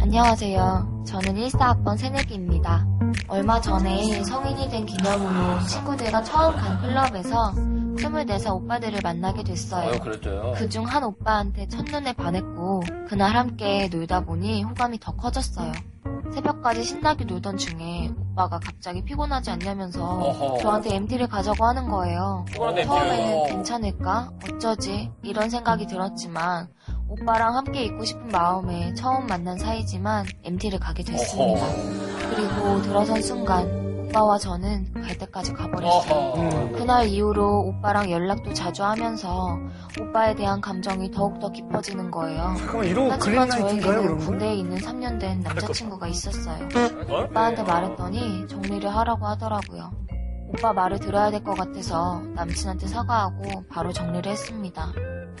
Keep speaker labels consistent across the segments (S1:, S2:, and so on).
S1: 안녕하세요. 저는 14학번 새내기입니다. 얼마 전에 성인이 된 기념으로 친구들과 처음 간 클럽에서 24살 오빠들을 만나게 됐어요.
S2: 아유, 그랬대요.
S1: 그 중 한 오빠한테 첫눈에 반했고 그날 함께 놀다 보니 호감이 더 커졌어요. 새벽까지 신나게 놀던 중에 오빠가 갑자기 피곤하지 않냐면서
S2: 어허.
S1: 저한테 MT를 가자고 하는 거예요.
S2: 피곤한 MT 요.
S1: 처음에는 괜찮을까? 어쩌지? 이런 생각이 들었지만 오빠랑 함께 있고 싶은 마음에 처음 만난 사이지만 MT를 가게 됐습니다. 그리고 들어선 순간 오빠와 저는 갈 때까지 가버렸어요.
S2: 어허.
S3: 음.
S1: 그날 이후로 오빠랑 연락도 자주 하면서 오빠에 대한 감정이 더욱더 깊어지는 거예요.
S3: 잠깐만 이러고
S1: 하지만
S3: 그린라이트인가요
S1: 저에게는
S3: 그런 건?
S1: 군대에 있는 3년 된 남자친구가 있었어요.
S2: 어?
S1: 오빠한테 말했더니 정리를 하라고 하더라고요. 오빠 말을 들어야 될 것 같아서 남친한테 사과하고 바로 정리를 했습니다.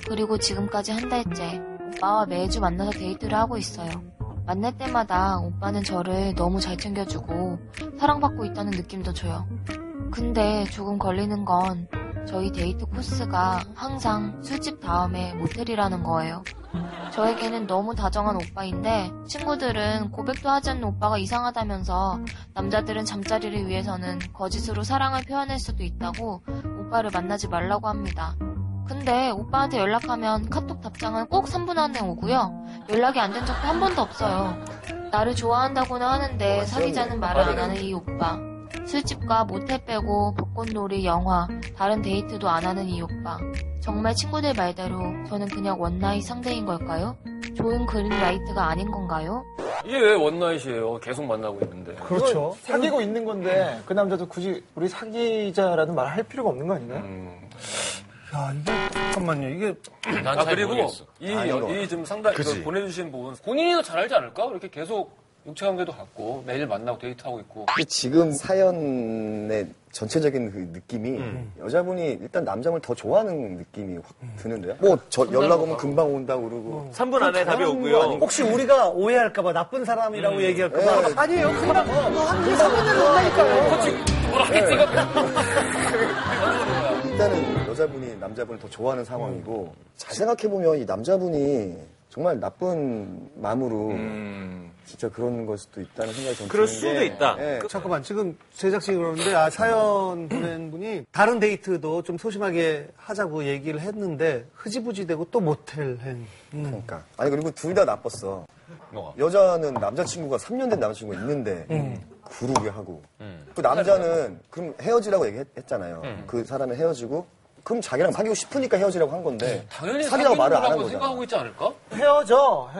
S1: 그리고 지금까지 한 달째 오빠와 매주 만나서 데이트를 하고 있어요. 만날 때마다 오빠는 저를 너무 잘 챙겨주고 사랑받고 있다는 느낌도 줘요. 근데 조금 걸리는 건 저희 데이트 코스가 항상 술집 다음에 모텔이라는 거예요. 저에게는 너무 다정한 오빠인데 친구들은 고백도 하지 않는 오빠가 이상하다면서 남자들은 잠자리를 위해서는 거짓으로 사랑을 표현할 수도 있다고 오빠를 만나지 말라고 합니다. 근데 오빠한테 연락하면 카톡 답장은 꼭 3분 안에 오고요. 연락이 안 된 적도 한 번도 없어요. 나를 좋아한다고는 하는데 사귀자는 뭐 말을 안 하는 이 오빠. 술집과 모텔 빼고 벚꽃놀이, 영화, 다른 데이트도 안 하는 이 오빠. 정말 친구들 말대로 저는 그냥 원나잇 상대인 걸까요? 좋은 그린라이트가 아닌 건가요?
S2: 이게 왜 원나잇이에요? 계속 만나고 있는데.
S3: 그렇죠.
S4: 이건 사귀고 있는 건데 그 남자도 굳이 우리 사귀자라는 말 할 필요가 없는 거 아닌가요?
S2: 음.
S3: 야 이게 잠깐만요 이게
S5: 난
S2: 아,
S5: 잘
S2: 그리고
S5: 모르겠어.
S2: 이,
S5: 아닌 것
S2: 이 지금 상담,
S5: 그치.
S2: 이거 보내주신 부분. 본인이 더 잘 알지 않을까? 이렇게 계속 육체 관계도 갖고, 매일 만나고 데이트하고 있고.
S5: 그 지금 사연의 전체적인 그 느낌이
S6: 음.
S5: 여자분이 일단 남자분을 더 좋아하는 느낌이 확 드는데요. 뭐 저 연락 오면 금방 온다 고 그러고
S6: 3분 안에 답이 오고요.
S3: 혹시 우리가 오해할까봐 나쁜 사람이라고 얘기할까봐
S5: 예.
S3: 아니에요 금방 금방 사귀는 온다니까요
S5: 일단은 여자분이 남자분을 더 좋아하는 상황이고
S6: 음.
S5: 잘 생각해 보면 이 남자분이 정말 나쁜 마음으로 진짜 그런 걸 수도 있다는 생각이 저는
S6: 그럴
S5: 드는
S6: 수도
S5: 게,
S6: 있다.
S5: 예.
S3: 네. 잠깐만 지금 제작진이 그러는데 아, 사연 보낸 분이 다른 데이트도 좀 소심하게 하자고 얘기를 했는데 흐지부지 되고 또 모텔행 음.
S5: 그러니까. 아니 그리고 둘 다 나빴어. 여자는 남자친구가 3년 된 남자친구가 있는데 구르게 하고
S2: 음.
S5: 그 남자는 그럼 헤어지라고 얘기했잖아요. 그 사람이 헤어지고 그럼 자기랑 사귀고 싶으니까 헤어지라고 한 건데
S2: 음. 당연히
S5: 사귀라고
S2: 사귀는
S5: 말을 안 한
S2: 거라고
S5: 거잖아.
S2: 생각하고 있지 않을까?
S4: 헤어져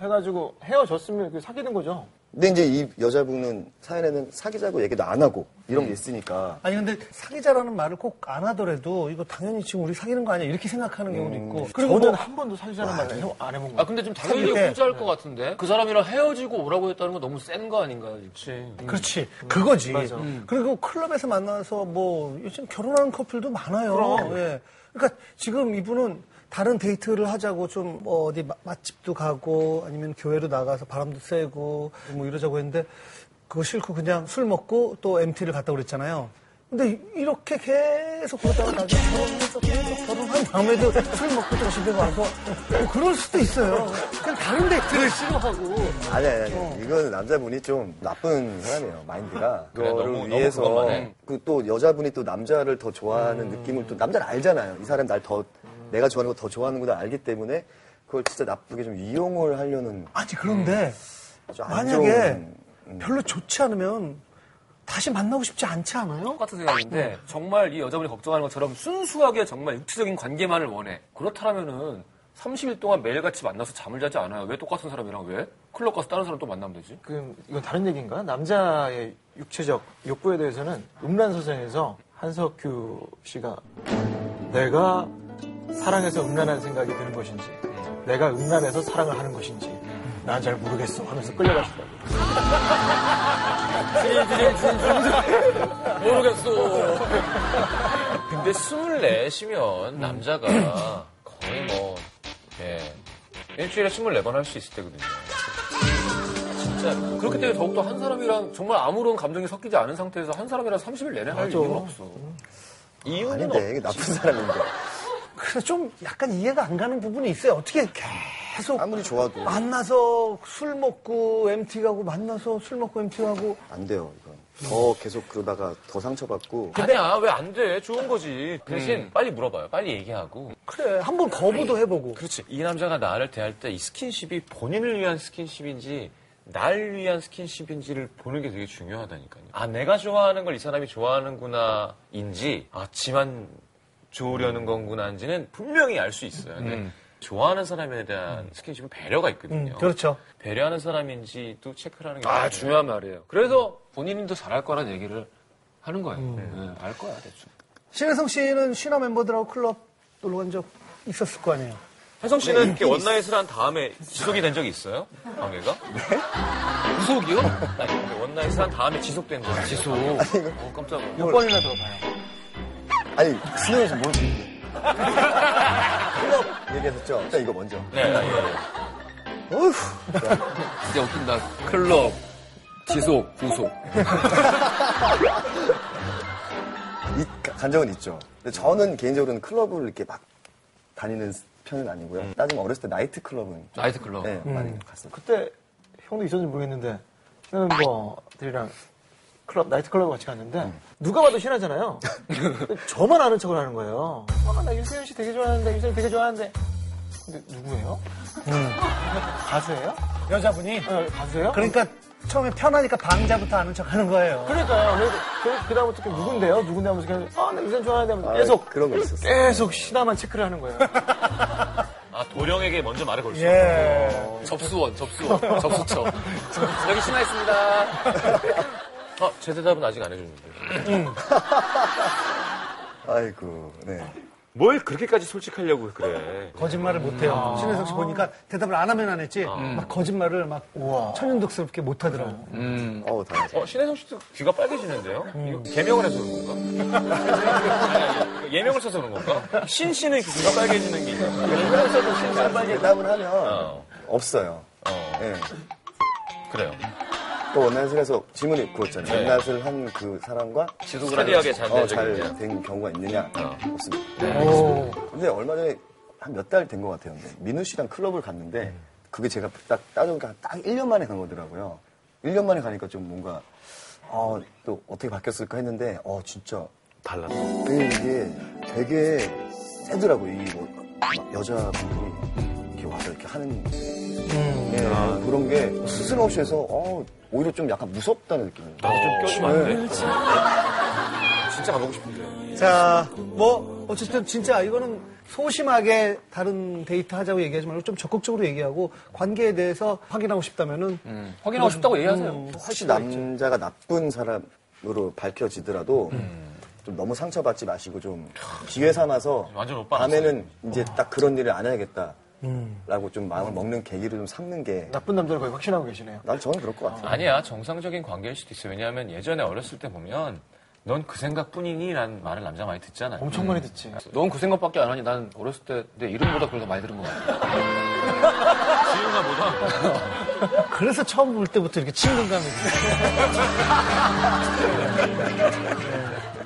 S4: 해, 가지고 헤어졌으면 그 사귀는 거죠.
S5: 근데 이제 이 여자분은 사연에는 사귀자고 얘기도 안 하고 이런 게 있으니까
S3: 아니 근데 사귀자라는 말을 꼭 안 하더라도 이거 당연히 지금 우리 사귀는 거 아니야 이렇게 생각하는 경우도 있고 그리고
S4: 음, 저는
S3: 뭐
S4: 한 번도 사귀자는 말을 안 해본
S2: 아,
S4: 거예요.
S2: 근데 좀
S3: 사귈
S2: 당연히
S3: 때.
S2: 후자일 것 같은데? 그 사람이랑 헤어지고 오라고 했다는 건 너무 센 거 아닌가요? 그치.
S3: 그렇지 그거지 음. 그리고 클럽에서 만나서 뭐 요즘 결혼하는 커플도 많아요 예. 그러니까 지금 이분은 다른 데이트를 하자고 좀뭐 어디 마- 맛집도 가고 아니면 교회로 나가서 바람도 쐬고 뭐 이러자고 했는데 그거 싫고 그냥 술 먹고 또 MT를 갔다고 그랬잖아요 근데 이렇게 계속 그러다가 나중에 결혼해서 계속 결혼한 다음에도 술 먹고 또 집에 와서 뭐 그럴 수도 있어요 그냥 다른 데이트를 싫어하고
S5: 아니 아니 아니 이건 남자분이 좀 나쁜 사람이에요 마인드가
S2: 그래,
S5: 그거를
S2: 너무- 너무
S5: 위해서
S2: 그것만 해.
S5: 그 또 여자분이 또 남자를 더
S2: 음.
S5: 좋아하는 느낌을 또 남자를 알잖아요 이 사람 날 더 내가 좋아하는 거 더 좋아하는구나 알기 때문에 그걸 진짜 나쁘게 좀 이용을 하려는
S3: 아니 그런데
S5: 좀안
S3: 만약에
S5: 좋은
S4: 음.
S3: 별로 좋지 않으면 다시 만나고 싶지 않지 않아요?
S2: 똑같은
S7: 네.
S2: 생각인데 정말 이 여자분이 걱정하는 것처럼 순수하게 정말 육체적인 관계만을 원해. 그렇다면은 30일 동안 매일같이 만나서 잠을 자지 않아요. 왜 똑같은 사람이랑 왜? 클럽 가서 다른 사람 또 만나면 되지?
S4: 그 이건 다른 얘기인가? 남자의 육체적 욕구에 대해서는 음란서생에서 한석규 씨가 내가 사랑해서 음란한 생각이 드는 것인지 내가 음란해서 사랑을 하는 것인지 난 잘 모르겠어 하면서 끌려가시더라고요.
S7: 모르겠어. 근데
S2: 음.
S7: 24시면 남자가 거의 뭐, 예. 일주일에 24번 할 수 있을 때거든요. 진짜.
S2: 그렇기 때문에 더욱더 한 사람이랑 정말 아무런 감정이 섞이지 않은 상태에서 한 사람이랑 30일 내내 할 이유는 없어.
S7: 이유는
S5: 아닌데 이게 나쁜 사람인데
S3: 그래서 좀 약간 이해가 안 가는 부분이 있어요. 어떻게 계속
S5: 아무리 좋아도
S3: 만나서 술 먹고 MT 가고 만나서 술 먹고 MT 가고
S5: 안 돼요 이건 더 계속 그러다가 더 상처받고
S7: 아니야 왜 안 돼? 좋은 거지. 대신
S3: 음.
S7: 빨리 물어봐요. 빨리 얘기하고.
S3: 그래 한번 거부도 해보고
S7: 그렇지. 이 남자가 나를 대할 때 이 스킨십이 본인을 위한 스킨십인지 날 위한 스킨십인지를 보는 게 되게 중요하다니까요. 아 내가 좋아하는 걸 이 사람이 좋아하는구나인지 아 지만 좋으려는 건구나인지는 분명히 알 수 있어요. 근데 좋아하는 사람에 대한 스킨십은 배려가 있거든요.
S3: 음, 그렇죠.
S7: 배려하는 사람인지도 체크를 하는 게
S2: 아,
S7: 중요해요.
S2: 중요한 말이에요. 그래서 본인도 잘할 거란 얘기를 하는 거예요.
S7: 음.
S2: 네, 알 거야, 대충.
S3: 신혜성 씨는 신화 멤버들하고 클럽 놀러 간 적 있었을 거 아니에요
S7: 혜성 씨는 이렇게
S2: 네.
S7: 원나잇을 한 다음에 지속이 된 적이 있어요? 관계가?
S2: 네? 구속이요?
S7: 아니, 근데 원나잇을 한 다음에 지속된 거예요.
S2: 네. 아, 지속. 어, 깜짝
S4: 몇 번이나 들어봐요.
S5: 아니 수능에서 뭘 듣는데 클럽 얘기했었죠 일단 이거 먼저
S7: 네, 네, 네.
S5: 어휴
S2: 진짜 웃긴다. 클럽, 지속, 구속.
S5: 이, 가- 간 적은 있죠 근데 저는 개인적으로는 클럽을 이렇게 막 다니는 편은 아니고요
S7: 음.
S5: 따지면 어렸을 때 나이트 클럽은 좀,
S2: 나이트 클럽.
S5: 네, 많이 갔어요
S4: 그때 형도 있었는지 모르겠는데 신한멤버들이랑 클럽 나이트 클럽 같이 갔는데 누가 봐도 신하잖아요. 근데 저만 아는 척을 하는 거예요. 아나 윤세윤 씨 되게 좋아하는데 윤세윤 되게 좋아하는데 근데 누구예요? 음. 가수예요?
S3: 여자분이
S4: 어, 가수예요?
S3: 그러니까 처음에 편하니까 방자부터 아는 척 하는 거예요
S4: 그러니까요. 그래서 그, 그 다음부터 이렇게 누군데요? 누군데 하면서 계속 아나 윤세윤 좋아하는데 하면서
S5: 아,
S4: 계속
S5: 그런 거 있었어요
S4: 계속 신하만 체크를 하는 거예요.
S7: 아, 도령에게 먼저 말을 걸수 있어요.
S3: 예
S2: 접수원, 접수원, 접수처. 여기 신화했습니다.
S7: 아, 제 대답은 아직 안 해줬는데.
S5: 아이고 네
S7: 뭘 그렇게까지 솔직하려고 그래.
S3: 거짓말을 못해요 신혜성 씨 보니까 대답을 안 하면 안 했지 막 거짓말을 막 천연덕스럽게 못하더라고 요
S5: 어우 다
S7: 어, 신혜성 씨도 귀가 빨개지는데요? 이거 개명을 해서 그런 건가? 아니, 아니, 이거 예명을 써서 그런 건가? 신 씨는 이렇게 귀가 빨개지는 게 있나요?
S5: 신선하게 대답을 하면
S7: 음. 어.
S5: 없어요
S7: 어,
S5: 예.
S7: 그래요.
S5: 또 원나잇을 해서 질문이 그거였잖아요
S7: 네.
S5: 원나잇을 한 그 사람과
S7: 스터디하게 잘
S5: 어,
S7: 된 적이 있냐?
S5: 잘된 경우가 있느냐?
S7: 어.
S5: 없습니다.
S3: 오.
S5: 근데 얼마 전에 한 몇 달 된 것 같아요. 근데 민우 씨랑 클럽을
S7: 네.
S5: 갔는데 그게 제가 딱 따져보니까 딱 1년 만에 간 거더라고요. 1년 만에 가니까 좀 뭔가 어, 또 어떻게 바뀌었을까 했는데 어 진짜
S7: 달랐어.
S5: 되게 이게 되게 세더라고요. 이뭐 여자분들이 이렇게 와서 이렇게 하는
S7: 음.
S5: 네,
S7: 아.
S5: 그런 게 스스럼 없이 해서 어, 오히려 좀 약간 무섭다는 느낌이에요. 네.
S7: 나좀 껴주면 안 돼? 진짜 가보고 싶은데.
S3: 음. 자, 뭐, 어쨌든 진짜 이거는 소심하게 다른 데이트 하자고 얘기하지 말고 좀 적극적으로 얘기하고 관계에 대해서 확인하고 싶다면은
S2: 음. 확인하고 싶다고 얘기하세요.
S5: 혹시 남자가 나쁜 사람으로 밝혀지더라도 좀 너무 상처받지 마시고 좀 기회 삼아서
S7: 완전 오빠
S5: 밤에는 이제 딱 그런 일을 안 해야겠다. 라고 좀 마음을 먹는 계기를 좀 삼는 게 난
S4: 나쁜 남자를 거의 확신하고 계시네요.
S5: 저는 그럴 것 같아요.
S7: 아니야, 정상적인 관계일 수도 있어. 요 왜냐하면 예전에 어렸을 때 보면 넌 그 생각뿐이니? 라는 말을 남자 많이 듣잖아요.
S4: 엄청 많이 듣지.
S2: 어, 넌 그 생각밖에 안 하니 난 어렸을 때 내 이름보다 그걸 더 많이 들은 것 같아.
S7: 지윤아 보다.
S3: 그래서 처음 볼 때부터 이렇게 친근감이.